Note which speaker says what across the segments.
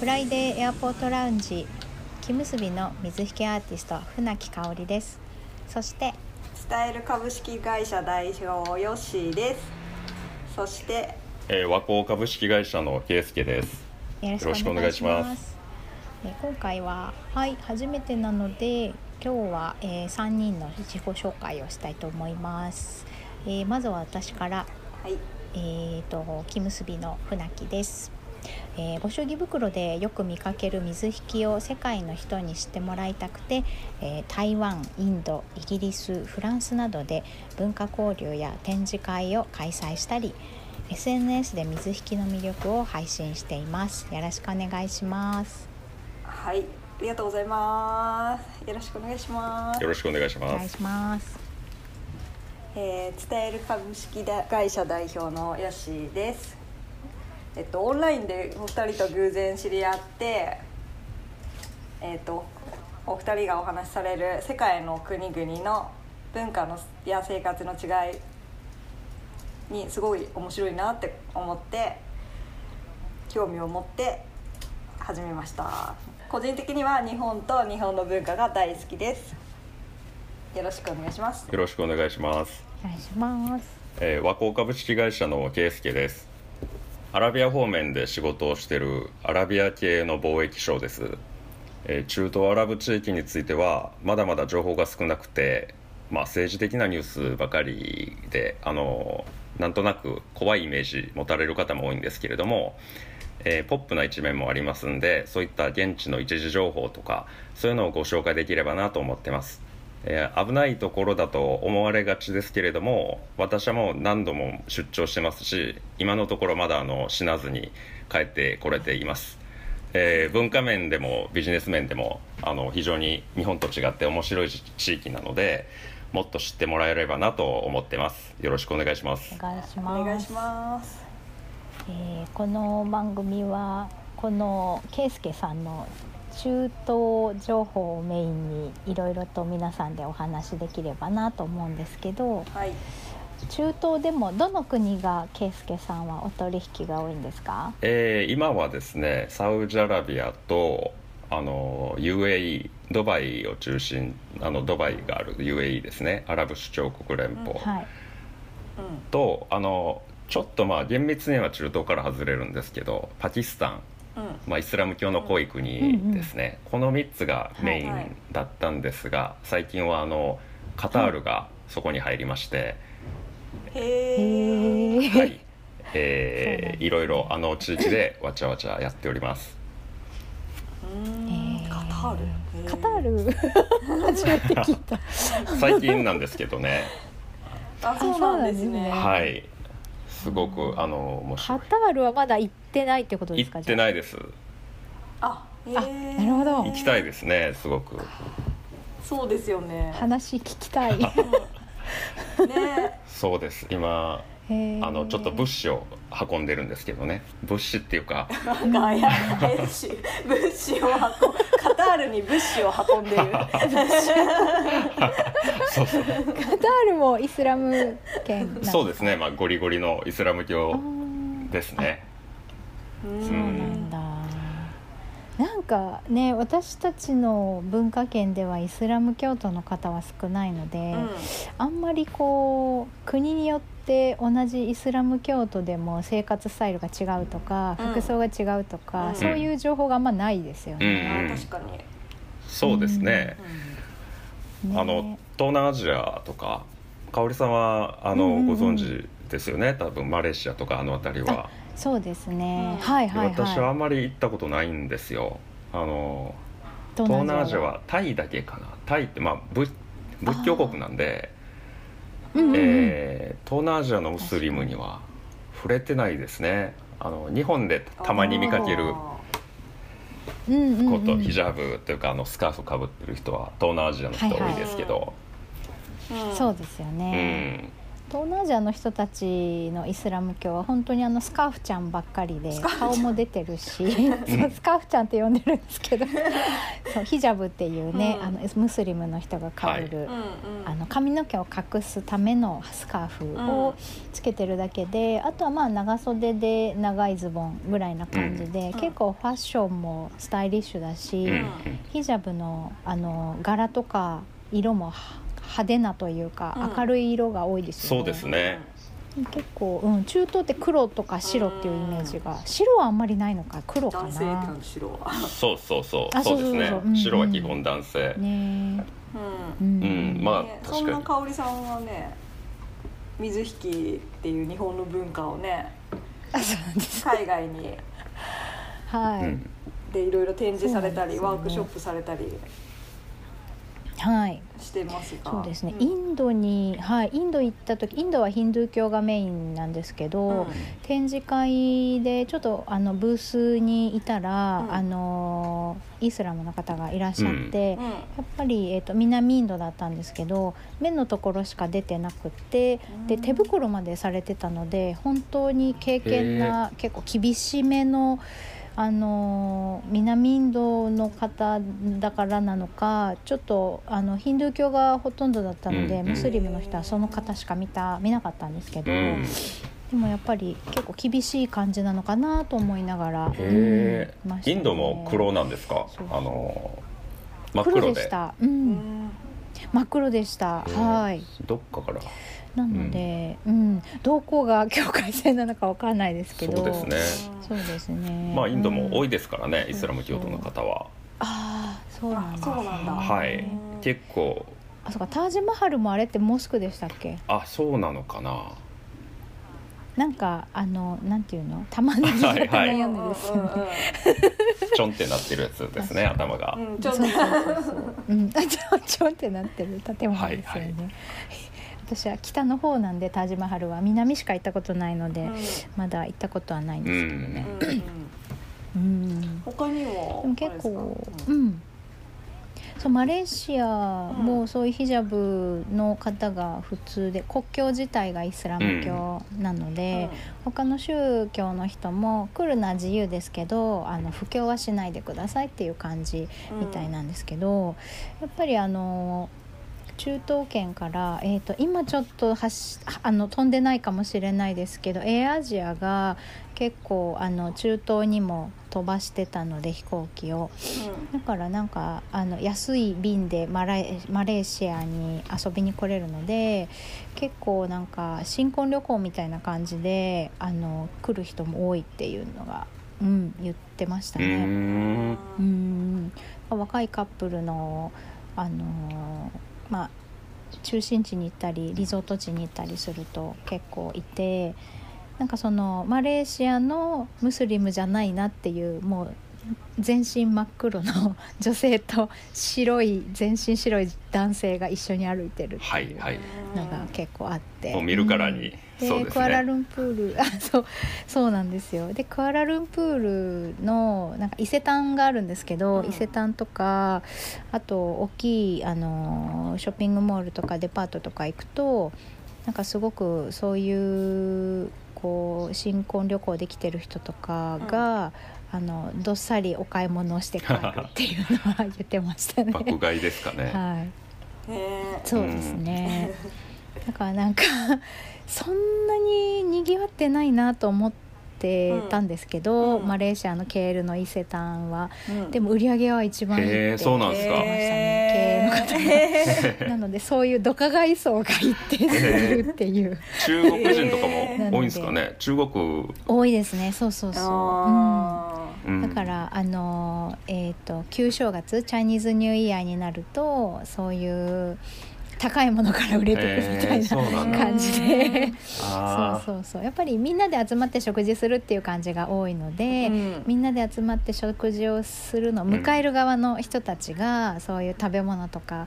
Speaker 1: フライデーエアポートラウンジ木結びの水引きアーティスト船木香織ですそして
Speaker 2: スタイル株式会社代表ヨッシーですそして
Speaker 3: えー、和光株式会社の圭介です。
Speaker 1: よろしくお願いします。えー今回ははい初めてなので今日は、えー、3人の自己紹介をしたいと思います。えーまずは私から
Speaker 2: はい
Speaker 1: えー、と木結びの船木です、えーご祝儀袋でよく見かける水引きを世界の人に知ってもらいたくて、えー台湾インドイギリスフランスなどで文化交流や展示会を開催したり SNS で水引きの魅力を配信していますよろしくお願いします
Speaker 2: はいありがとうございますよろしくお願いします
Speaker 3: よろしくお願いし
Speaker 1: お
Speaker 3: ま
Speaker 1: 願い
Speaker 3: す。
Speaker 1: します
Speaker 2: えー、伝える株式会社代表のヤッシーですえっとオンラインでお二人と偶然知り合ってえっとお二人がお話しされる世界の国々の文化のや生活の違いにすごい面白いなって思って興味を持って始めました個人的には日本と日本の文化が大好きですよろしくお願いします
Speaker 3: よろしくお願いします。
Speaker 1: お願いします
Speaker 3: えー、和光株式会社の圭介です。アラビア方面で仕事をしているアラビア系の貿易商です。えー中東アラブ地域についてはまだまだ情報が少なくて、まあ政治的なニュースばかりで、あのなんとなく怖いイメージ持たれる方も多いんですけれども、えーポップな一面もありますんでそういった現地の一時情報とかそういうのをご紹介できればなと思ってます、えー危ないところだと思われがちですけれども私はもう何度も出張してますし今のところまだあの死なずに帰ってこれています、えー文化面でもビジネス面でもあの非常に日本と違って面白い地域なのでもっと知ってもらえればなと思ってますよろしくお願いします
Speaker 1: お願いします
Speaker 2: お願いします。
Speaker 1: えーこの番組はこの圭介さんの中東情報をメインにいろいろと皆さんでお話しできればなと思うんですけど
Speaker 2: はい。
Speaker 1: 中東でもどの国が圭介さんはお取引が多いんですか
Speaker 3: えー今はですねサウジアラビアとあの UAE ドバイを中心あのドバイがある UAE ですねアラブ首長国連邦、
Speaker 1: はい、
Speaker 2: う
Speaker 3: とあのちょっとまあ厳密には中東から外れるんですけどパキスタン、
Speaker 2: ん。うん。
Speaker 3: まあ、イスラム教の濃い国ですね、この3つがメイ
Speaker 2: はいはい
Speaker 3: ンだったんですが、最近はあのカタールがそこに入りまして、
Speaker 2: へえ。
Speaker 1: へえ、
Speaker 3: はい
Speaker 1: そうなん
Speaker 3: え
Speaker 1: です
Speaker 3: ー
Speaker 1: ね
Speaker 3: いろいろあの地域でわちゃわちゃやっております。
Speaker 2: うん。
Speaker 1: えー
Speaker 2: カタール。へ
Speaker 1: カタール初めて聞いた
Speaker 3: 最近なんですけどね
Speaker 2: あ、そうなんですね。
Speaker 1: あ
Speaker 3: はい。すごくあの面白
Speaker 1: カ
Speaker 3: い。
Speaker 1: タールはまだ行ってないってことです
Speaker 3: 行
Speaker 1: か
Speaker 3: って
Speaker 1: い
Speaker 3: ないです。
Speaker 2: あ、へえ
Speaker 1: あなるほど
Speaker 3: 行きたい
Speaker 2: す。
Speaker 3: ですね。すごく。
Speaker 2: そうですよね。
Speaker 1: 話聞きたい
Speaker 2: うんね。
Speaker 3: そうです。今 あ
Speaker 1: あ
Speaker 3: のちょっと物資を運んでるんですけどね。物資っていうか、
Speaker 2: なんかや、物資、物資を運ぶ。カタールに物資を運んでる。
Speaker 3: そうそう
Speaker 1: カタールもイスラム圏なん
Speaker 3: そうですすね。まあゴリゴリのイスラム
Speaker 1: あ
Speaker 3: 教
Speaker 1: ー
Speaker 3: ですね。
Speaker 2: う
Speaker 3: そうなん
Speaker 1: なん。だ。なんかね私たちの文化圏ではイスラム教徒の方は少ないので、
Speaker 2: うん。
Speaker 1: あんまりこう国によって同じイスラム教徒でも生活スタイルが違うとか、
Speaker 2: うん
Speaker 1: 服装が違うとか、
Speaker 2: うん
Speaker 1: そういう情報があんまないですよ
Speaker 3: うんう
Speaker 1: ね。
Speaker 2: あ
Speaker 3: ん。
Speaker 2: 確かに。
Speaker 3: そうですね。
Speaker 1: ね
Speaker 3: あの東南アジアとか、香織さんはあの、
Speaker 1: うんうんうん
Speaker 3: ご存知ですよね。多分マレーシアとかあの辺りは。
Speaker 1: そうですね、
Speaker 2: うん
Speaker 1: はいはいはい
Speaker 3: 私はあんまり行ったことないんですよ。あの東南アジアはタイだけかなタイってまあ仏仏教国なんで、
Speaker 1: うんうんうん
Speaker 3: えー東南アジアのムスリムには触れてないですねあの日本でたまに見かける
Speaker 1: うんうん
Speaker 3: こ
Speaker 1: う
Speaker 3: と
Speaker 1: ん
Speaker 3: ヒジャブというかあのスカーフかぶってる人は東南アジアの人多いですけど、
Speaker 2: うん
Speaker 1: そうですよね、
Speaker 3: うん
Speaker 1: 東南アジアの人たちのイスラム教は本当にあのスカーフちゃんばっかりで
Speaker 2: スカーフちゃん
Speaker 1: 顔も出てるしそうスカーフちゃんって呼んでるんですけどそうヒジャブっていうね、
Speaker 2: うん
Speaker 1: あのムスリムの人がかぶる、
Speaker 2: うんうん
Speaker 1: あの髪の毛を隠すためのスカーフ
Speaker 2: うん
Speaker 1: をつけてるだけで、あとはまあ長袖で長いズボンぐらいな感じで、
Speaker 2: うん
Speaker 1: 結構ファッションもスタイリッシュだし、
Speaker 3: うん
Speaker 1: ヒジャブのあの柄とか色もは派手なというか、
Speaker 2: うん
Speaker 1: 明るい色が多いですよ
Speaker 3: そ
Speaker 1: ね。
Speaker 3: うですね
Speaker 1: 結構、うん、中東って黒とか白っていうイメージが白はあんまりないのか黒か
Speaker 2: 男性
Speaker 1: な
Speaker 2: 感。白は、
Speaker 3: そうそうそう
Speaker 1: あ
Speaker 3: そうです
Speaker 1: そ
Speaker 3: ね
Speaker 1: うそうそううん
Speaker 3: 白は基本男
Speaker 1: ね
Speaker 3: 性、
Speaker 2: うん
Speaker 1: え、うん
Speaker 3: うんまあ
Speaker 2: ね
Speaker 3: 確か
Speaker 2: そ
Speaker 3: に
Speaker 2: んな香織さんはね水引きっていう日本の文化をね
Speaker 1: あそうなんです
Speaker 2: 海外 に
Speaker 1: はい、
Speaker 3: うん
Speaker 2: でいろいろ展示されたり、
Speaker 1: そう
Speaker 2: ワ
Speaker 1: なんですよね
Speaker 2: ークショップされたり
Speaker 1: はい。
Speaker 2: してますが
Speaker 1: そうですね、
Speaker 2: ん
Speaker 1: インドに、はい、インド行った時インドはヒンドゥー教がメインなんですけど、
Speaker 2: うん
Speaker 1: 展示会でちょっとあのブースにいたら、
Speaker 2: うん
Speaker 1: あのイスラムの方がいらっしゃって、
Speaker 2: うん
Speaker 1: やっぱり、えー、と南インドだったんですけど目のところしか出てなくってで
Speaker 2: うん
Speaker 1: 手袋までされてたので本当に経験な結構厳しめの。あのー南インドの方だからなのかちょっとあのヒンドゥー教がほとんどだったので、
Speaker 3: うんうん
Speaker 1: ムスリムの人はその方しか見た見なかったんですけど、
Speaker 3: うん
Speaker 1: でもやっぱり結構厳しい感じなのかなと思いながら、
Speaker 3: へ
Speaker 1: うんいまし
Speaker 3: え、
Speaker 1: た
Speaker 3: イ
Speaker 1: ね
Speaker 3: ンドも黒なんですか
Speaker 1: そう。
Speaker 3: あの真っ
Speaker 1: 黒
Speaker 3: 黒
Speaker 1: でし
Speaker 3: で。
Speaker 1: た、う、
Speaker 2: うんん
Speaker 1: 真っ黒でした、
Speaker 3: へえ
Speaker 1: はい。
Speaker 3: どっかから。
Speaker 1: なので、うんどこが境界線なのかわかんないですけど
Speaker 3: そうですね
Speaker 1: そうですね
Speaker 3: まあインドも多い
Speaker 1: うん
Speaker 3: ですからね、イスラム教徒の方は。
Speaker 1: ああそうなんですね
Speaker 2: あそうなんだ
Speaker 3: は
Speaker 2: う
Speaker 3: い
Speaker 2: ん。
Speaker 3: 結構
Speaker 1: あそうかタージマハルもあれってモスクでしたっけ
Speaker 3: あそうなのかな。
Speaker 1: なんかあのなんていうの玉ねぎ
Speaker 3: はいは
Speaker 1: 型の
Speaker 2: うん
Speaker 3: い
Speaker 1: 屋根ですよね、
Speaker 3: ちょんってなってるやつですね頭が
Speaker 2: うん。うんうんち
Speaker 1: そ
Speaker 2: ょ
Speaker 1: う
Speaker 2: っ
Speaker 1: そ
Speaker 2: と
Speaker 1: うそうそううん あちょちょんってなってる建物ですよね、
Speaker 3: はいはい
Speaker 1: 私は北の方なんでタージマハルは南しか行ったことないので、
Speaker 2: うん
Speaker 1: まだ行ったことはないん
Speaker 3: う
Speaker 1: ですけどね、
Speaker 3: ん。
Speaker 2: うんうん
Speaker 1: うん
Speaker 2: 他にも
Speaker 1: でも結構、うん、そうマレーシアもそういうヒジャブの方が普通で国境自体がイスラム教なの
Speaker 2: あれ
Speaker 1: で
Speaker 2: で、す
Speaker 1: 他の宗教の人も来るのは自由ですけどあの布教はしないでくださいっていう感じ
Speaker 2: かうん
Speaker 1: みたいなんですけど、やっぱりあの中東圏から、えー、と今ちょっとはしあの飛んでないかもしれないですけどエアアジアが結構あの中東にも飛ばしてたので飛行機をだからなんかあの安い便でマライマレーシアに遊びに来れるので結構なんか新婚旅行みたいな感じであの来る人も多いっていうのが、うん、言ってました
Speaker 3: う
Speaker 1: ね。
Speaker 3: ん。
Speaker 1: う
Speaker 2: うんん
Speaker 1: 若いカップルの、あのーまあ、中心地に行ったりリゾート地に行ったりすると結構いてなんかそのマレーシアのムスリムじゃないなっていうもう全身真っ黒の女性と白い全身白い男性が一緒に歩いてるって
Speaker 3: はいいうはい。
Speaker 1: のが結構あって。
Speaker 3: もう見るからに。
Speaker 1: で
Speaker 3: そうで
Speaker 1: ク
Speaker 3: す
Speaker 1: アラ
Speaker 3: ね。
Speaker 1: ルンプールあそうそうなんですよでクアラルンプールのなんか伊勢丹があるんですけど、
Speaker 2: うん
Speaker 1: 伊勢丹とかあと大きい、あのーショッピングモールとかデパートとか行くとなんかすごくそういうこう新婚旅行できてる人とかが、あのどっさりお買い物をして帰るっていうのは言ってました ね。
Speaker 3: 爆買いですかね。
Speaker 1: はい
Speaker 2: ね
Speaker 1: そうですね。だからなんか そんなに賑わってないなと思ってたんですけど、
Speaker 2: うんうん
Speaker 1: マレーシアのケールの伊勢丹は、
Speaker 2: うん
Speaker 1: でも売り上げは一番いいって
Speaker 3: へえそうなんですか
Speaker 1: 言ってましたね経営の方が
Speaker 2: へ
Speaker 1: なのでそういうドカ買い層が一定するっていう
Speaker 3: 中国人とかも多いんですかね。中国。
Speaker 1: 多いですねそうそう
Speaker 2: ー
Speaker 1: そう。うん
Speaker 2: あー
Speaker 3: うん
Speaker 1: だか。らあのえっ、と旧正月チャイニーズニューイヤーになるとそういう高いものから売れてくるみた
Speaker 3: へえ
Speaker 1: い
Speaker 3: そうなん
Speaker 1: な
Speaker 3: だ
Speaker 1: 感じでそう
Speaker 3: ああ。
Speaker 1: そうそうやっぱりみんなで集まって食事するっていう感じが多いので、
Speaker 2: うん
Speaker 1: みんなで集まって食事をするのを
Speaker 3: ん
Speaker 1: 迎える側の人たちがそういう食べ物とか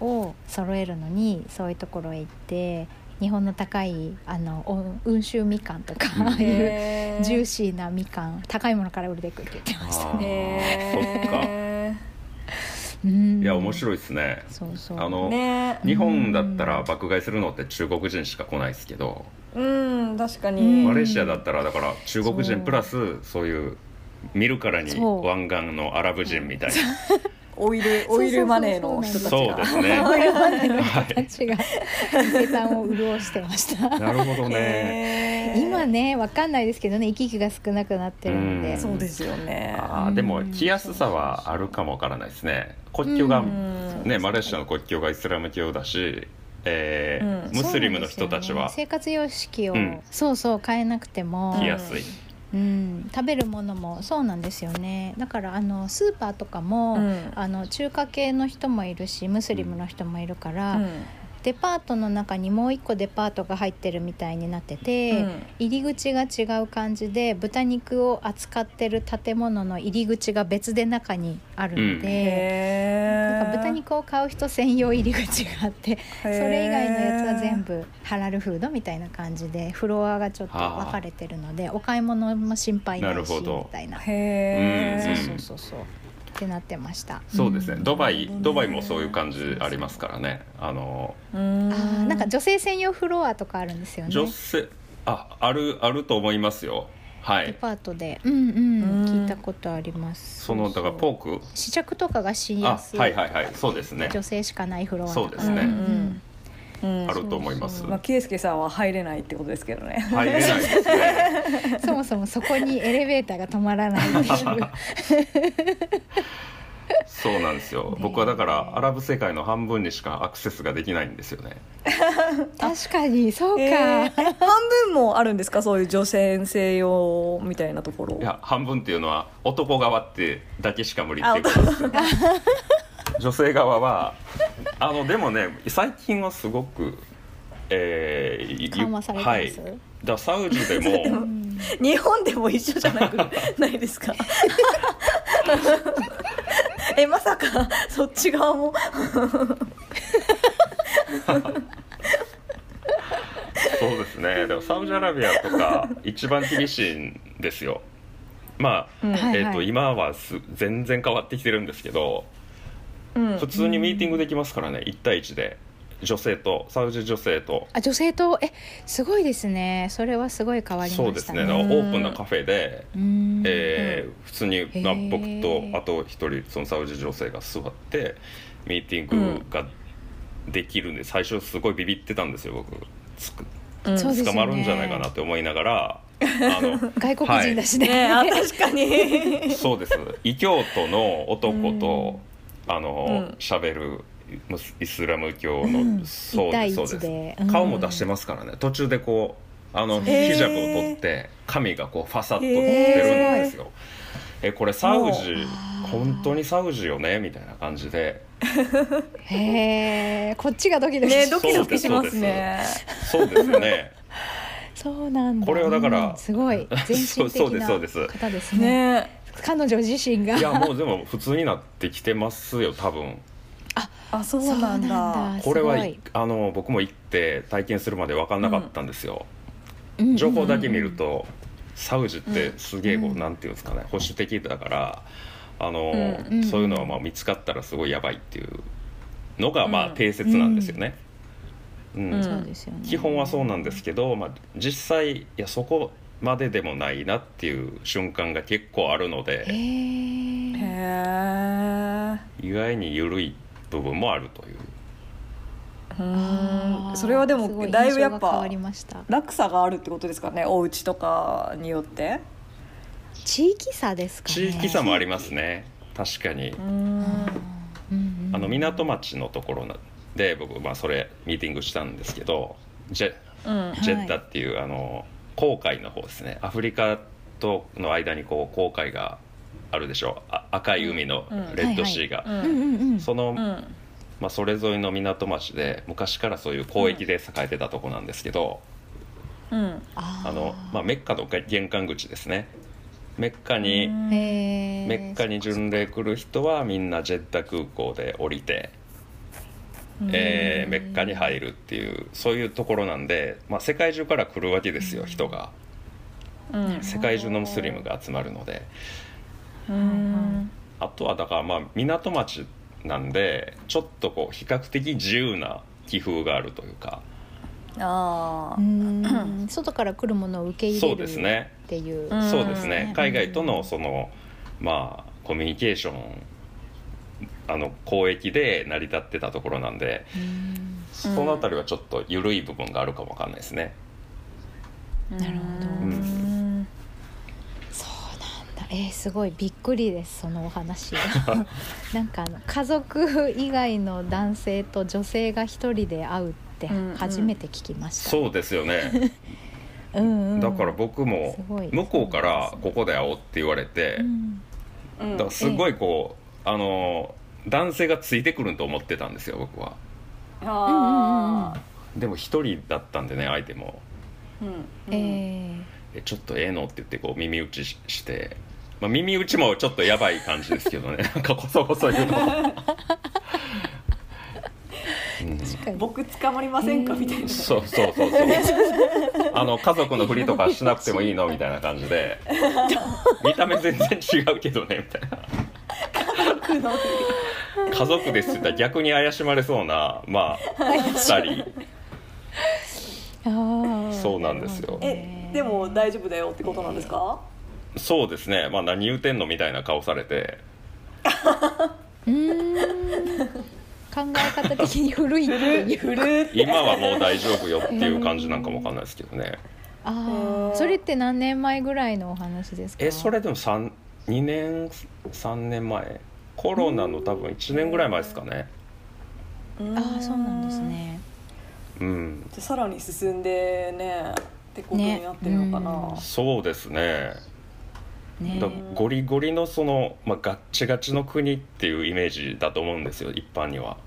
Speaker 1: を揃えるのにそういうところへ行って日本の高いあの温温州みかんとか
Speaker 3: うん
Speaker 1: ああいう
Speaker 2: へー
Speaker 1: ジューシーなみかん高いものから売れてくるって言ってました
Speaker 3: あー
Speaker 1: ね。
Speaker 2: へー
Speaker 3: そっか
Speaker 1: うん
Speaker 3: いや面白いですね
Speaker 1: そうそう
Speaker 3: あの
Speaker 2: ね
Speaker 3: 日本だったら爆買いするのって中国人しか来ないですけど
Speaker 2: うん確か
Speaker 1: うん
Speaker 2: に
Speaker 3: マレーシアだったらだから中国人プラスそういう見るからに
Speaker 1: そう
Speaker 3: 湾岸のアラブ人みたい
Speaker 2: オイルオイルマネーの人たち
Speaker 3: な
Speaker 2: が
Speaker 3: そうですね
Speaker 1: 我々の 人たちが伊勢丹を潤してました
Speaker 3: なるほどね
Speaker 2: ね
Speaker 1: 今ねわかんないですけどね行き来が少なくなってるんで
Speaker 3: うん
Speaker 2: そうですよね
Speaker 3: あーでも来やすさはあるかもわからないですね国境が
Speaker 2: うん
Speaker 3: ねマレーシアの国境がイスラム教だしえー
Speaker 2: うん
Speaker 3: ムスリムの人たちは
Speaker 1: そうなんですよね生活様式を、
Speaker 3: うん
Speaker 1: そうそう変えなくても
Speaker 3: 来やすい
Speaker 1: うん、食べるものもそうなんですよねだからあのスーパーとかも、
Speaker 2: うん
Speaker 1: あの中華系の人もいるしムスリムの人もいるから、
Speaker 2: うん
Speaker 1: デパートの中にもう一個デパートが入ってるみたいになってて、
Speaker 2: うん
Speaker 1: 入り口が違う感じで豚肉を扱ってる建物の入り口が別で中にあるので、
Speaker 2: へ
Speaker 1: なんか
Speaker 2: ー
Speaker 1: 豚肉を買う人専用入り口があって、
Speaker 2: そ
Speaker 1: それ以外のやつは全部ハラルフードみたいな感じでフロアがちょっと分かれてるのでお買い物も心配な
Speaker 3: ないる
Speaker 1: し
Speaker 3: ほ
Speaker 1: み
Speaker 3: ど
Speaker 1: たいな
Speaker 2: へえ、
Speaker 1: そううんそうそうそうってなってました
Speaker 3: そうですね
Speaker 1: ん
Speaker 3: ドバ
Speaker 2: なる
Speaker 3: イ
Speaker 2: ほどね
Speaker 3: ドバイもそういう感じありますからねあの
Speaker 2: うん
Speaker 1: あーなんか女性専用フロアとかあるんですよね
Speaker 3: 女性ああるあると思いますよは
Speaker 1: デ
Speaker 3: い
Speaker 1: パートでうんうん
Speaker 2: うん
Speaker 1: 聞いたことあります
Speaker 3: そのだからポーク
Speaker 1: 試着とかがしや
Speaker 3: あ
Speaker 1: すい
Speaker 3: はいはいはいそうですね
Speaker 1: 女性しかないフロアだから
Speaker 3: そうです
Speaker 1: ん
Speaker 3: ね
Speaker 2: うん
Speaker 3: あると思います
Speaker 2: まあ、圭介さんは入れないってことですけどね。
Speaker 3: 入れないです ね
Speaker 1: うんそもそもそこにエレベーターが止まらない っていう
Speaker 3: そうなんですよ僕はだからアラブ世界の半分にしかアクセスができないんですよね
Speaker 1: 確かにそうか、
Speaker 2: えーえ半分もあるんですか、そういう女性専用みたいなところ。
Speaker 3: いや半分っていうのは男側ってだけしか無理っていうことですよね女性側はあのでもね最近はすごくえーい
Speaker 1: 緩和されて
Speaker 3: は
Speaker 1: ま
Speaker 3: い
Speaker 1: す、
Speaker 3: だからサウジで
Speaker 1: う
Speaker 3: も
Speaker 1: ん
Speaker 2: 日本でも一緒じゃなく ないです か。え、まさか、そっち側も。
Speaker 3: そうですねでもサウジアラビアとか一番厳しいんですよまあ、
Speaker 2: うん
Speaker 1: はい
Speaker 3: えー、と今はす全然変わってきてるんですけど
Speaker 2: うん
Speaker 3: 普通にミーティングできますからね1対1で女性とサウジ女性と
Speaker 1: あ女性とえすごいですねそれはすごい変わりましたね
Speaker 3: そうですねだ
Speaker 1: う
Speaker 3: からオ
Speaker 1: ん
Speaker 3: ープンなカフェで、えー普通に、まあ
Speaker 1: へー
Speaker 3: 僕とあと1人そのサウジ女性が座ってミーティングができるんで、最初すごいビビってたんですよ僕つく
Speaker 2: うん
Speaker 1: そうですよね
Speaker 3: 捕まるんじゃないかなって思いな がら。あの
Speaker 1: 外国人だしね,、
Speaker 2: ね、あ、確か に。
Speaker 3: そうです異教徒の男と、あの
Speaker 2: うん
Speaker 3: 喋、るムスイスラム教
Speaker 1: う
Speaker 3: の、
Speaker 1: ん
Speaker 3: そう
Speaker 1: 一
Speaker 3: で
Speaker 1: 対
Speaker 3: す
Speaker 1: 一
Speaker 3: そうです
Speaker 1: でうん
Speaker 3: 顔も出してますからね途中でこうあの
Speaker 2: へー
Speaker 3: ヒジャブを取って髪がこうファサッと出るんですよ。えこれサウジ本当にサウジよねみたいな感じで
Speaker 1: へえこっちがドキドキ
Speaker 2: ね、
Speaker 1: そう
Speaker 2: ドキドキしますね。
Speaker 3: そうです よね
Speaker 1: そうなんだ
Speaker 3: これはだから
Speaker 1: うんすごい全身
Speaker 3: そう
Speaker 1: 的
Speaker 3: です
Speaker 1: な
Speaker 3: そうです
Speaker 1: 方ですね
Speaker 2: ね。
Speaker 1: 彼女自身が
Speaker 3: いやもうでも普通になってきてますよ多分
Speaker 2: あ、そうなんだ。
Speaker 1: あ
Speaker 3: これは
Speaker 1: すごい
Speaker 3: あの僕も行って体験するまで分かんなかったんですよ、
Speaker 1: うんうんうん
Speaker 3: 情報だけ見るとサウジってすげえこう、
Speaker 1: うん
Speaker 3: なんていうんですかね保守的だからあの、
Speaker 2: うん
Speaker 1: うん
Speaker 3: そういうのはまあ見つかったらすごいやばいっていうのがまあ
Speaker 2: うん
Speaker 3: 定説なんですよね、うん
Speaker 2: うん
Speaker 1: そうですよね
Speaker 3: 基本はそうなんですけど、まあ、実際いやそこまででもないなっていう瞬間が結構あるの
Speaker 1: へ
Speaker 3: で
Speaker 1: え
Speaker 2: へえ。
Speaker 3: 意外に緩い部分もあるという
Speaker 2: う
Speaker 1: あ
Speaker 2: ん
Speaker 1: ー
Speaker 2: それはですも
Speaker 1: ご
Speaker 2: だいぶやっ
Speaker 1: 印象が変わ
Speaker 2: ぱ
Speaker 1: りました
Speaker 2: 落差があるってことですかねお家とかによって
Speaker 1: 地域差ですかね
Speaker 3: 地域差もありますね確かに
Speaker 2: うん
Speaker 1: うんうん
Speaker 3: あの港町のところなで僕、まあ、それミーティングしたんですけどジェ
Speaker 2: うん
Speaker 1: はい
Speaker 3: ジェッダっていう、あの航海の方ですねアフリカとの間にこう航海があるでしょあ赤い海の
Speaker 2: うん
Speaker 3: レッドシーが、
Speaker 2: う
Speaker 1: うんうんんうん
Speaker 3: その、
Speaker 2: うん
Speaker 3: まあ、それぞれの港町で昔からそういう交易で栄えてたとこなんですけど、
Speaker 2: うん
Speaker 1: あ
Speaker 3: あのまあ、メッカの玄関口ですねメッカに、
Speaker 1: あ、へえ
Speaker 3: メッカに巡礼来る人はみんなジェッダ空港で降りて、えーメッカに入るっていうそういうところなんで、まあ、世界中から来るわけですよ人が
Speaker 2: うん
Speaker 3: 世界中のムスリムが集まるので
Speaker 2: うん
Speaker 3: あとはだからまあ港町なんでちょっとこう比較的自由な気風があるというか
Speaker 2: あ
Speaker 1: うーん外から来るものを受け入
Speaker 3: そう
Speaker 1: れ
Speaker 3: です
Speaker 1: る
Speaker 3: ね
Speaker 1: っていう
Speaker 2: うん
Speaker 3: そうです
Speaker 1: う
Speaker 3: ね
Speaker 1: ん
Speaker 3: 海外とのそのまあコミュニケーションあの交易で成り立ってたところなんで
Speaker 1: うん
Speaker 3: そのあたりはちょっと緩い部分があるかもわかんないですね。
Speaker 2: あ
Speaker 1: なるほど
Speaker 2: うん
Speaker 1: そうなんだえーすごいびっくりですそのお 話なんかあの家族以外の男性と女性が一人で会うって
Speaker 2: うんうん
Speaker 1: 初めて聞きました、
Speaker 3: そうです よね
Speaker 1: うんうん
Speaker 3: だから僕も
Speaker 1: すごい
Speaker 3: 向こうからここで会おうって言われて、
Speaker 1: うん
Speaker 2: うん
Speaker 3: だからすごいこう、あの男性がついてくると思ってたんですよ僕は
Speaker 2: あ
Speaker 3: でも一人だったんでね相手も
Speaker 2: ーうんうん
Speaker 1: えー
Speaker 3: 「えちょっとええの?」って言ってこう耳打ちしして、まあ、耳打ちもちょっとやばい感じですけどね なんかこそこそ言うの、うん、
Speaker 1: 確かに
Speaker 2: 僕捕まりませんかみたいな
Speaker 3: そうそうそうそう あの家族のふりとかしなくてもいいのみたいな感じで見た目全然違うけどねみたいな
Speaker 2: 僕の
Speaker 3: 家族ですって言ったら逆に怪しまれそうなまあ2人
Speaker 1: あー
Speaker 3: そうなんですよ
Speaker 2: えでも大丈夫だよってことなんですか
Speaker 3: そうですね、まあ、何言うてんのみたいな顔されて
Speaker 1: うーん考え方的に古いっていう
Speaker 2: ふる
Speaker 3: 今はもう大丈夫よっていう感じなんかもわかんないですけどね
Speaker 1: ああ
Speaker 2: えー
Speaker 1: それって何年前ぐらいのお話ですか
Speaker 3: えそれでも3 2年3年前コロナの多分1年ぐらい前ですかね
Speaker 1: ああそうなんですね
Speaker 3: うん
Speaker 2: でさらに進んでねってことになってるのかな、
Speaker 1: ね
Speaker 3: そうですね
Speaker 1: ね
Speaker 3: だゴリゴリのその、まあ、ガッチガチの国っていうイメージだと思うんですよ一般には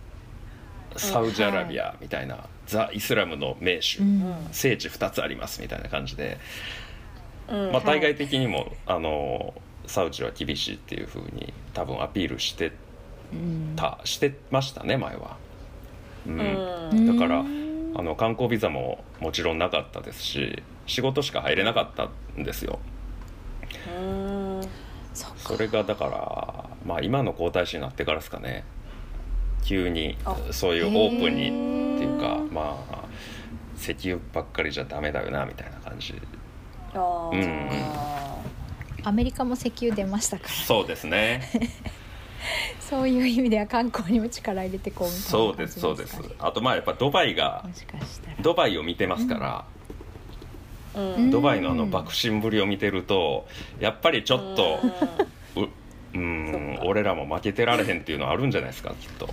Speaker 3: サウジアラビアみたいな、ザ・イスラムの名手、
Speaker 1: うん
Speaker 3: 聖地2つありますみたいな感じで
Speaker 2: うん
Speaker 3: まあ、
Speaker 1: はい
Speaker 3: 対外的にも、あのサウジは厳しいっていうふうに多分アピールして
Speaker 1: うん
Speaker 3: たしてましたね前は、うん
Speaker 2: うん
Speaker 3: だから
Speaker 1: うん
Speaker 3: あの観光ビザももちろんなかったですし仕事しか入れなかったんですよ
Speaker 2: うん
Speaker 1: そっか
Speaker 3: それがだから、まあ、今の皇太子になってからですかね急に
Speaker 2: あ
Speaker 3: そういうオープン
Speaker 1: へー
Speaker 3: にっていうかまあ石油ばっかりじゃダメだよなみたいな感じ
Speaker 2: あー
Speaker 3: うん
Speaker 1: アメリカも石油出ましたから
Speaker 3: そうですね
Speaker 1: そういう意味では観光にも力入れてこうみたいな
Speaker 3: そうですそう
Speaker 1: 感じ
Speaker 3: です
Speaker 1: かね
Speaker 3: あとまあやっぱドバイが
Speaker 1: もしかしたら
Speaker 3: ドバイを見てますから、
Speaker 2: うん
Speaker 1: うん
Speaker 3: ドバイのあの爆心ぶりを見てるとやっぱりちょっとうう
Speaker 2: そっ
Speaker 3: ん
Speaker 2: か
Speaker 3: 俺らも負けてられへんっていうのはあるんじゃないですかきっと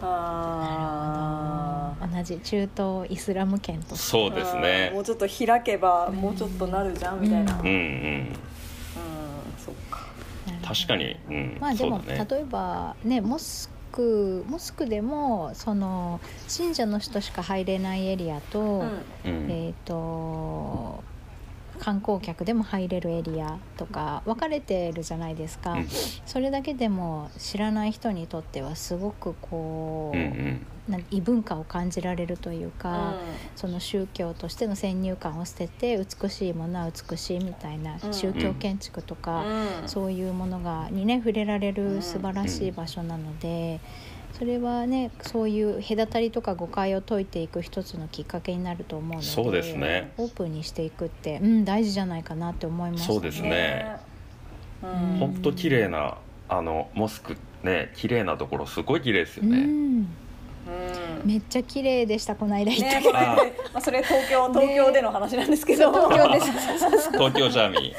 Speaker 2: あ
Speaker 1: 同じ中東イスラム圏と
Speaker 3: そう
Speaker 2: ー
Speaker 3: で
Speaker 2: あ
Speaker 3: す
Speaker 2: ーも
Speaker 3: ね
Speaker 2: うちょっと開けばもうちょっとなるじゃんみたいな
Speaker 1: う
Speaker 2: う、
Speaker 3: うんん
Speaker 1: ん
Speaker 3: うん
Speaker 2: そっか
Speaker 1: なるほど
Speaker 3: 確かに、うん
Speaker 1: まあで
Speaker 3: そうだ
Speaker 1: も、
Speaker 3: ね
Speaker 1: 例えばねモスクモスクでもその信者の人しか入れないエリアと、
Speaker 3: うん
Speaker 1: えー、と観光客でも入れるエリアとか分かれてるじゃないですか、
Speaker 3: うん
Speaker 1: それだけでも知らない人にとってはすごくこ
Speaker 3: う
Speaker 1: う、
Speaker 3: んうん
Speaker 1: な異文化を感じられるというか、その宗教としての先入観を捨てて美しいものは美しいみたいな
Speaker 2: うん
Speaker 1: 宗教建築とか、
Speaker 2: うん
Speaker 1: そういうものがにね触れられ
Speaker 2: う
Speaker 1: る
Speaker 2: ん
Speaker 1: 素晴らしい場所なので、それはねそういう隔たりとか誤解を解いていく一つのきっかけになると思うので
Speaker 3: そうですね
Speaker 1: オープンにしていくって、うん、大事じゃないかなって思いました、
Speaker 3: そうですね
Speaker 2: う
Speaker 1: うん
Speaker 2: ん
Speaker 3: ほんと綺麗なあのモスクね綺麗なところすごい綺麗ですよ
Speaker 1: う
Speaker 3: ね
Speaker 1: ん、
Speaker 2: うん
Speaker 1: めっちゃ綺麗でしたこの間行った
Speaker 2: ね
Speaker 1: け
Speaker 2: こ
Speaker 1: ど、
Speaker 2: れ
Speaker 3: あ
Speaker 2: まあそれ東京東京での話なんですけど
Speaker 1: 東京です
Speaker 3: 東京ジャーミ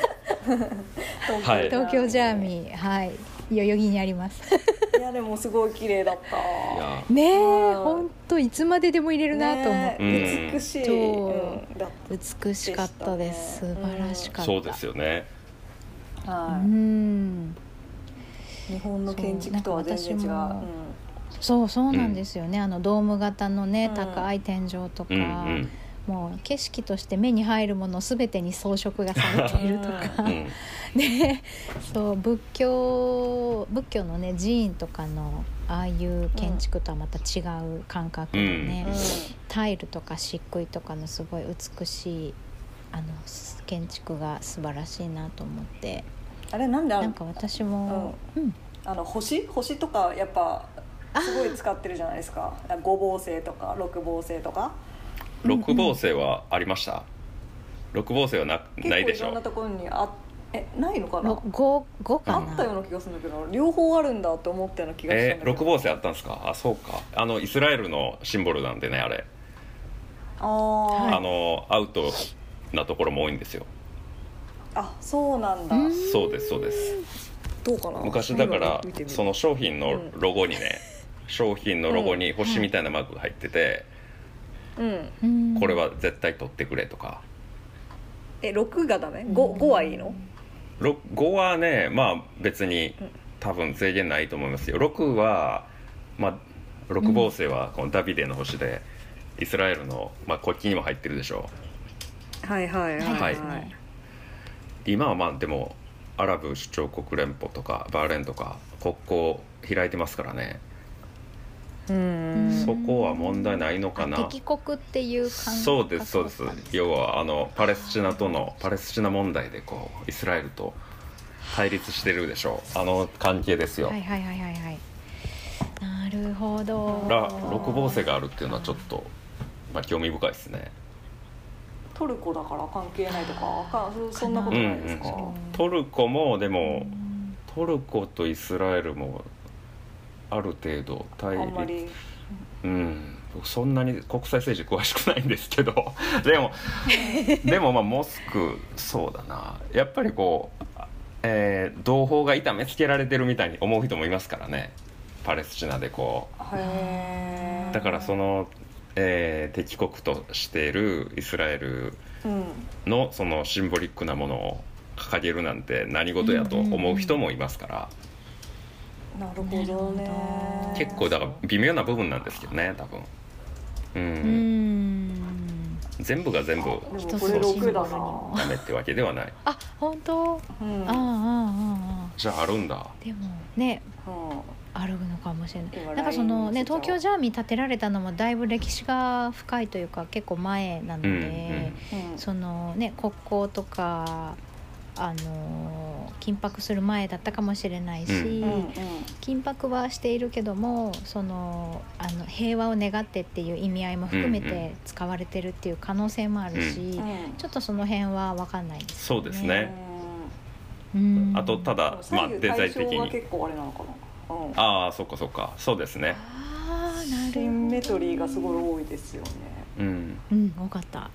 Speaker 2: 東京
Speaker 3: はい
Speaker 1: 東京ジャーミーはい代々木にあります
Speaker 2: いやでもすごい綺麗だった
Speaker 3: ーいや
Speaker 1: ねえ
Speaker 2: うん
Speaker 1: ほんといつまででも入れるなと思って、
Speaker 2: ね美しい、
Speaker 1: そう
Speaker 2: うんだっ
Speaker 1: 美しかったです
Speaker 2: で
Speaker 1: 素
Speaker 2: したね
Speaker 1: 晴らしかった、
Speaker 3: そうですよね
Speaker 2: た、は
Speaker 1: う
Speaker 2: い
Speaker 1: ん
Speaker 2: 日本の建築とは全
Speaker 1: そ
Speaker 2: 然違う
Speaker 1: うなんか私もそうそうなんですよね、あのドーム型のね、
Speaker 2: うん
Speaker 1: 高い天井とか、
Speaker 3: うんうん
Speaker 1: もう景色として目に入るもの全てに装飾がされているとか、
Speaker 3: うん
Speaker 1: で そう仏教仏教のね寺院とかのああいう建築とはまた違う感覚のね、
Speaker 3: うん
Speaker 1: タイルとか漆喰とかのすごい美しいあのす建築が素晴らしいなと思って
Speaker 2: あれなんであ
Speaker 1: なん
Speaker 2: の
Speaker 1: か私も、うん
Speaker 2: あの星星とかやっぱすごい使ってるじゃないですか五芒星とか六芒星とか
Speaker 3: 六芒星はありました、六芒星はな
Speaker 2: 結
Speaker 3: な
Speaker 2: 構
Speaker 3: いで
Speaker 2: い
Speaker 3: し
Speaker 2: ろん
Speaker 3: ょ
Speaker 2: なところにあえないのかな
Speaker 1: 五五か
Speaker 2: あ
Speaker 1: な。
Speaker 2: ったような気がするんだけど両方あるんだって思ったような気がしたんだ
Speaker 3: え
Speaker 2: け
Speaker 3: ー、
Speaker 2: ど、
Speaker 3: 六芒星あったんですかあそうかあのイスラエルのシンボルなんでねあれ、
Speaker 2: あー、
Speaker 3: あのアウトなところも多いんですよ
Speaker 2: あそうなんだ、
Speaker 1: うん
Speaker 3: そうですそうです
Speaker 2: どうかな
Speaker 3: 昔だから
Speaker 2: 見てみる
Speaker 3: その商品のロゴにね、商品のロゴに星みたいなマークが入ってて、
Speaker 1: う
Speaker 2: うん
Speaker 1: ん
Speaker 3: これは絶対取ってくれとか
Speaker 2: え六がダメ五五はいいの
Speaker 3: ろ5はねまあ別に多分制限ないと思いますよ6は、まあ、六芒星はこのダビデの星で、イスラエルの、まあ、国旗にも入ってるでしょ
Speaker 2: はいはい
Speaker 1: はい
Speaker 3: はいはいで今はまあでもアラブ首長国連邦とかバーレーンとか国交開いてますからね、
Speaker 2: うん
Speaker 3: そこは問題ないのかな
Speaker 1: 敵国っていう感
Speaker 3: そうですそうです
Speaker 1: 覚だったんね
Speaker 3: 要はあのパレスチナとのパレスチナ問題でこうイスラエルと対立してるでしょうあの関係ですよ、
Speaker 1: はいはいはいはいはい。なるほど。
Speaker 3: ら六芒星があるっていうのはちょっと、まあ、興味深いですね
Speaker 2: トルコだから関係ないとかあかんそそんなこと
Speaker 3: うん
Speaker 2: ないですか、
Speaker 3: うんトルコもでもトルコとイスラエルもある程度対
Speaker 2: あんま
Speaker 3: 立
Speaker 2: り
Speaker 3: うん僕そんなに国際政治詳しくないんですけど でもでもまあモスクそうだなやっぱりこう、えー同胞が痛めつけられてるみたいに思う人もいますからねパレスチナでこ
Speaker 2: へ
Speaker 3: う
Speaker 2: ー
Speaker 3: だからその、えー敵国としているイスラエル
Speaker 2: うん
Speaker 3: のそのシンボリックなものを掲げるなんて何事やと思う人もいますから、
Speaker 2: なるほどね
Speaker 1: なるほど
Speaker 3: 結構だから微妙な部分なんですけどね多分う
Speaker 1: う
Speaker 3: ん、
Speaker 1: ん。
Speaker 3: 全部が全部
Speaker 2: でも
Speaker 1: 一
Speaker 2: こ
Speaker 1: つ
Speaker 2: れ
Speaker 1: のシンボル
Speaker 2: 六
Speaker 1: に
Speaker 2: だ
Speaker 1: も
Speaker 2: な
Speaker 3: ダメってわけではない
Speaker 1: あ本当。
Speaker 2: うん
Speaker 1: あああああ
Speaker 3: じゃああるんだ
Speaker 1: あ。でもね
Speaker 2: うん
Speaker 1: あるのかもしれな
Speaker 2: 今
Speaker 1: い。なんかそのね
Speaker 2: LINE の
Speaker 1: 東京ジャーミー建てられたのもだいぶ歴史が深いというか結構前なの
Speaker 3: う
Speaker 1: で。
Speaker 3: ん、うん、
Speaker 2: うん
Speaker 1: そのね国交とかあの緊迫する前だったかもしれないし、
Speaker 3: う
Speaker 2: う
Speaker 3: ん
Speaker 2: んうん
Speaker 1: 緊迫はしているけどもそのあの平和を願ってっていう意味合いも含め
Speaker 3: うんう
Speaker 1: て使われてるっていう可能性もあるし、
Speaker 2: うん
Speaker 1: ちょっとその辺は分かんないです、
Speaker 3: そうですね、
Speaker 1: うん
Speaker 3: あとただまあ
Speaker 2: 左右
Speaker 3: デザイン的
Speaker 2: 対称が
Speaker 3: に
Speaker 2: 結構あれなのかなうん
Speaker 3: ああそっかそっかそうですね
Speaker 1: あーなるほど
Speaker 2: シンメトリーがすごい多いですよね
Speaker 3: うん
Speaker 1: うん多かった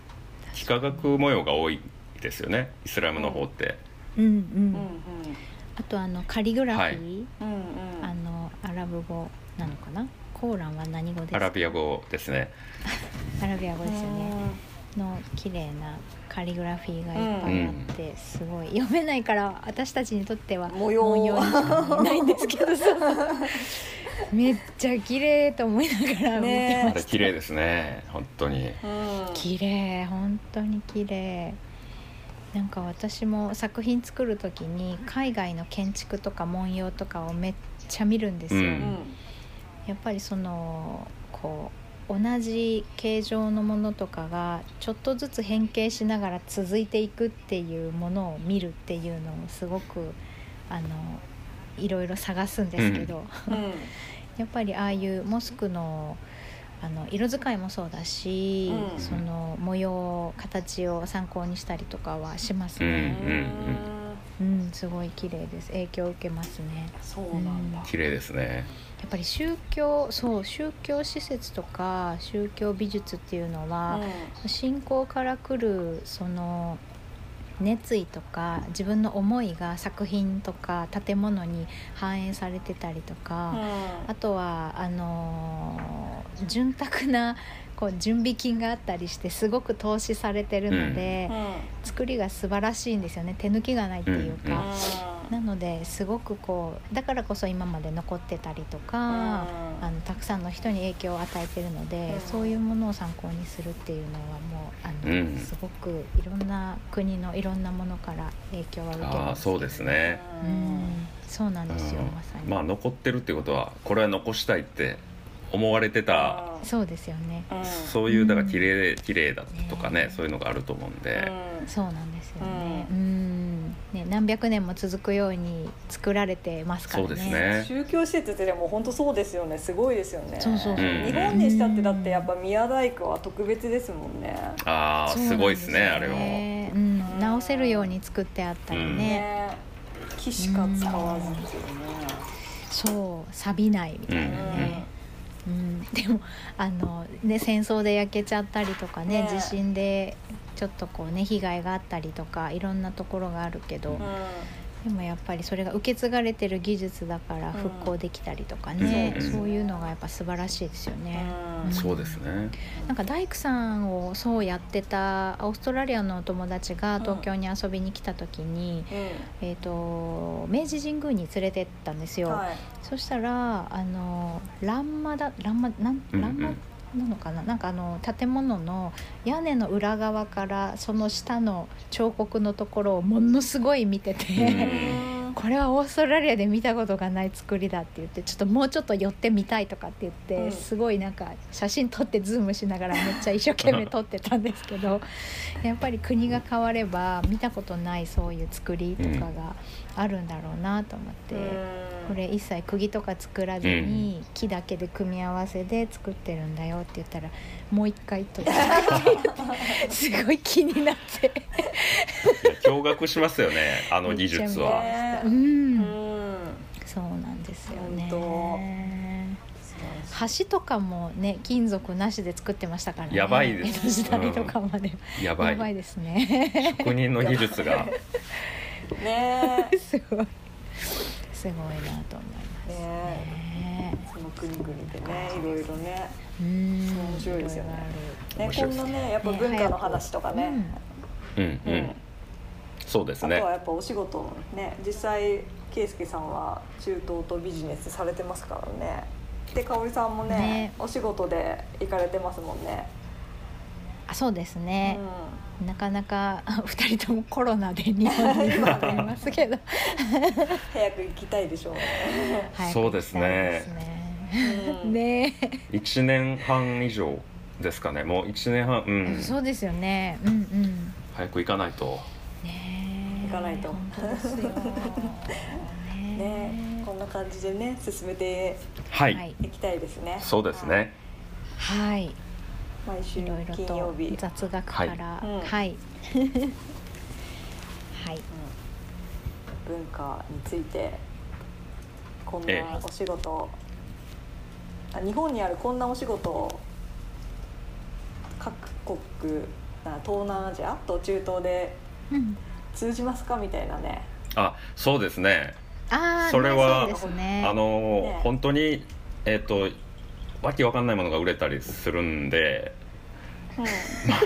Speaker 3: 幾何学模様が多いですよねイスラムの方って、
Speaker 1: うんうん、
Speaker 2: うん
Speaker 1: あとあのカリグラフィー、
Speaker 2: うんうんう
Speaker 1: あ
Speaker 2: ん
Speaker 1: のアラブ語なのかなコーランは何語ですか
Speaker 3: アラビア語ですね
Speaker 1: アラビア語ですよねの綺麗なカリグラフィーがいっぱいあって、すごい読めないから私たちにとっては
Speaker 2: 模様
Speaker 1: 文様にしか ないんですけどそうそうめっちゃ綺麗と思いながら見て
Speaker 3: あ
Speaker 1: ま
Speaker 2: ね
Speaker 3: れ
Speaker 1: し
Speaker 3: 綺麗ですね本当
Speaker 2: う
Speaker 3: に
Speaker 2: ん
Speaker 1: た綺麗本当に綺麗なんか私も作品作る時に海外の建築とか文様とかをめっちゃ見るんですよ、
Speaker 3: うん
Speaker 1: やっぱりそのこう同じ形状のものとかがちょっとずつ変形しながら続いていくっていうものを見るっていうのをすごくあのいろいろ探すんですけど、
Speaker 2: うんうん
Speaker 1: やっぱりああいうモスクのあの色使いもそうだし、
Speaker 2: うん
Speaker 1: その模様形を参考にしたりとかはしますね、
Speaker 3: うん
Speaker 1: うんすごい綺麗です影響を受けますね。
Speaker 2: そうなんだ
Speaker 3: 綺麗ですね
Speaker 1: やっぱり宗教そう宗教施設とか宗教美術っていうのは、信仰から来るその熱意とか自分の思いが作品とか建物に反映されてたりと
Speaker 2: う
Speaker 1: か、
Speaker 2: ん
Speaker 1: あとはあのー潤沢なこう準備金があったりしてすごく投資されてるので、作りが素晴らしいんですよね手抜きがないっていう
Speaker 3: うん
Speaker 1: か。なのですごくこうだからこそ今まで残ってたりとか、
Speaker 2: うん
Speaker 1: あのたくさんの人に影響を与えてるので、
Speaker 2: うん
Speaker 1: そういうものを参考にするっていうのはもうあの、
Speaker 3: うん
Speaker 1: すごくいろんな国のいろんなものから影響は受け
Speaker 3: ああ
Speaker 1: ます。
Speaker 3: そうですね
Speaker 1: う
Speaker 2: うん
Speaker 1: ん、そうなんですよ、
Speaker 3: うん
Speaker 1: まさに、
Speaker 3: まあ残ってるってことはこれは残したいって思われてた、
Speaker 1: そうですよね。
Speaker 2: うん
Speaker 3: そういうだから綺麗綺麗だとかね、
Speaker 1: ね
Speaker 3: そういうのがあると思うんで、
Speaker 1: そうなんですよね。う、
Speaker 2: うん
Speaker 1: ね、何百年も続くように作られてますからね。
Speaker 3: そうですね
Speaker 2: 宗教施設ってでも本当そうですよねすごいですよね
Speaker 1: そうそうそう
Speaker 3: うん
Speaker 2: 日本にしたってだってやっぱ宮大工は特別ですもんね
Speaker 3: ああ
Speaker 1: そうな
Speaker 3: す
Speaker 1: ん
Speaker 3: ごいですね
Speaker 1: よ
Speaker 3: あれも
Speaker 1: うん、直せるように作ってあったりね、
Speaker 2: ね木しか使わずですよね
Speaker 1: そう錆びないみたいなね、うんでもあの、ね、戦争で焼けちゃったりとかね
Speaker 2: ね
Speaker 1: 地震でちょっとこうね被害があったりとかいろんなところがあるけど、
Speaker 2: うん
Speaker 1: でもやっぱりそれが受け継がれてる技術だから
Speaker 2: うん
Speaker 1: 復興できたりとかね、
Speaker 3: うん
Speaker 1: そういうのがやっぱ素晴らしいですよね。
Speaker 2: うん
Speaker 3: そうですね
Speaker 1: なんか大工さんをそうやってたオーストラリアのお友達が東京に遊びに来た時に、えー、と明治神宮に連れてったんです
Speaker 2: う
Speaker 1: よ、
Speaker 2: んはい
Speaker 1: そしたらあの欄間だ欄間なん
Speaker 3: うんうん
Speaker 1: 欄間なのかな、なんかあの建物の屋根の裏側からその下の彫刻のところをものすごい見てて、
Speaker 2: うん
Speaker 1: これはオーストラリアで見たことがない作りだって言ってちょっともうちょっと寄ってみたいとかって言って、
Speaker 2: うん
Speaker 1: すごいなんか写真撮ってズームしながらめっちゃ一生懸命撮ってたんですけどやっぱり国が変われば見たことないそういう作りとかがあるんだろうなと思って、これ一切釘とか作らずに木だけで組み合わせで作ってるんだよって言ったらもう一回撮 っててすごい気になって。
Speaker 3: いや驚愕しますよねあの技術
Speaker 1: めっちゃ見
Speaker 3: は
Speaker 1: たい。
Speaker 2: ね
Speaker 1: うん
Speaker 2: うん
Speaker 1: そうなんですよね
Speaker 2: 本
Speaker 1: 橋とかもね金属なしで作ってましたからね
Speaker 3: やばいで
Speaker 1: 江
Speaker 3: す
Speaker 1: 戸時代とかまで、
Speaker 3: やば
Speaker 1: やばい
Speaker 3: い
Speaker 1: ですね
Speaker 3: 職人の技術が
Speaker 2: ねえ
Speaker 1: すごいすごいなと思いますね
Speaker 2: その国々でねいろいろね
Speaker 1: うん
Speaker 2: 面白いですよねね
Speaker 3: 面
Speaker 2: こ
Speaker 3: 白い
Speaker 2: ん
Speaker 3: です
Speaker 2: な
Speaker 3: ね
Speaker 2: ねやっぱ文化の話とかね
Speaker 3: うん
Speaker 2: う
Speaker 3: うんんそうです
Speaker 2: あと
Speaker 3: ね
Speaker 2: はやっぱお仕事もね実際圭介さんは中東とビジネスされてますからねで香織さんもね
Speaker 1: ね
Speaker 2: お仕事で行かれてますもんね
Speaker 1: あそうですね、
Speaker 2: う
Speaker 1: なかなか あ二人ともコロナで日本にいます けど
Speaker 2: ん、早く行きたいでしょうね、
Speaker 1: 早く
Speaker 3: そうですね
Speaker 1: 行きたいです
Speaker 2: うん
Speaker 1: ねね
Speaker 3: 1年半以上ですかねもう1年半う
Speaker 1: え
Speaker 3: ん
Speaker 1: そうですよねうんうん
Speaker 3: 早く行かないと
Speaker 1: ねえ
Speaker 2: 行かないと
Speaker 1: 本当ですよ
Speaker 2: ね
Speaker 1: ね
Speaker 2: こんな感じでね進めて
Speaker 3: は
Speaker 1: え
Speaker 3: い
Speaker 2: いきたいですね
Speaker 3: そうですね
Speaker 1: はい
Speaker 2: 毎週
Speaker 1: いろいろ
Speaker 2: 金曜
Speaker 1: と
Speaker 2: 日
Speaker 1: 雑学から
Speaker 2: はい うん
Speaker 1: はい、はい、
Speaker 2: うん文化についてこん
Speaker 3: え
Speaker 2: なお仕事、あ日本にあるこんなお仕事を各国あ東南アジアと中東で
Speaker 1: うん、
Speaker 2: 通じますかみたいなね
Speaker 3: あそうですね
Speaker 1: ああ
Speaker 3: それは
Speaker 1: そうですね
Speaker 3: あのー
Speaker 2: ね
Speaker 3: 本当にえっ、とわけわかんないものが売れたりするんで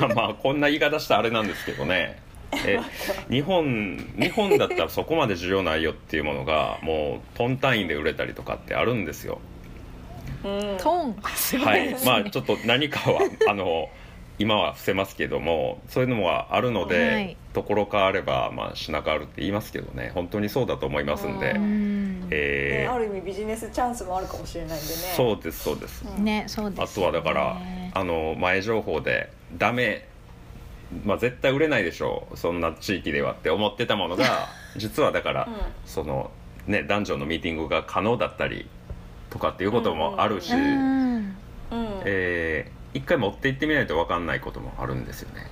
Speaker 3: まあまあこんな言い方したらあれなんですけどねえ日本日本だったらそこまで需要ないよっていうものがもうトン単位で売れたりとかってあるんですよ。
Speaker 2: うん
Speaker 1: トーンがすご
Speaker 3: はい
Speaker 1: で
Speaker 3: い
Speaker 1: すね、
Speaker 3: まあちょっと何かはあの今は伏せますけどもそういうのはあるので、
Speaker 1: はい
Speaker 3: ところ変われば、まあ、品変わるって言いますけどね本当にそうだと思いますんで
Speaker 1: う、ん
Speaker 2: ね
Speaker 3: えー
Speaker 2: ある意味ビジネスチャンスもあるかもしれないんでね
Speaker 3: そうですそうです。
Speaker 2: ん
Speaker 1: ねそうです、ね、
Speaker 3: あとはだから、あの前情報でダメ、まあ、絶対売れないでしょうそんな地域ではって思ってたものが実はだから、
Speaker 2: うん
Speaker 3: そのね男女のミーティングが可能だったりとかっていうこともあるし、
Speaker 1: うん
Speaker 2: うん
Speaker 3: えー一回持って行ってみないと分かんないこともあるんですよね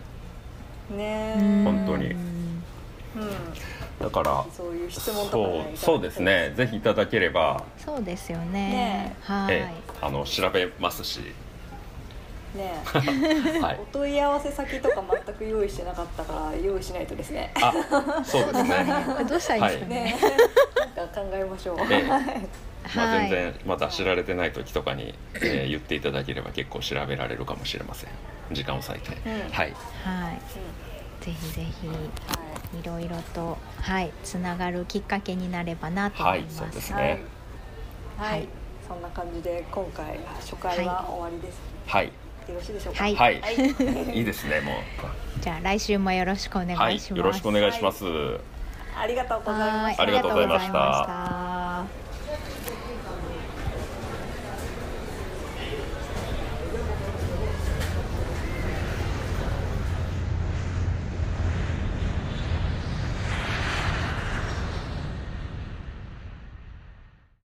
Speaker 2: ね
Speaker 1: うん
Speaker 3: 本当に
Speaker 1: うん
Speaker 2: うん
Speaker 3: だから
Speaker 2: そういう質問とか
Speaker 3: そ
Speaker 2: ね
Speaker 3: うそうですねぜひいただければ、
Speaker 1: そうですよね
Speaker 2: ね
Speaker 1: はい、
Speaker 3: えーあの調べますし、
Speaker 2: ね
Speaker 3: はい
Speaker 2: お、問い合わせ先とか全く用意してなかったから用意しないとですね
Speaker 3: あそうですね。
Speaker 1: これどうしたらいいですかね、
Speaker 2: ねなんか考えましょう、
Speaker 3: ええまあ、
Speaker 1: はい
Speaker 3: 全然まだ知られてない時とかに、えー言っていただければ結構調べられるかもしれません時間を割いて、
Speaker 2: うん
Speaker 3: はい
Speaker 1: はいぜひぜひいろいろとはいつながるきっかけになればなと思
Speaker 3: はいい
Speaker 1: ます。
Speaker 3: そうです
Speaker 2: はい
Speaker 3: ね、
Speaker 2: はい、は
Speaker 1: はいい、
Speaker 2: そんな感じで今回初回は終わりです、
Speaker 3: はい
Speaker 2: よろしいでしょうか
Speaker 1: はい
Speaker 3: はい、
Speaker 2: はい
Speaker 3: い、いですねもう
Speaker 1: じゃあ来週もよろしくお願いします。
Speaker 3: はいよろしくお願いします、
Speaker 2: ありがとうございました
Speaker 1: は
Speaker 3: ありがとうございま
Speaker 1: ありが
Speaker 3: した
Speaker 1: とうございました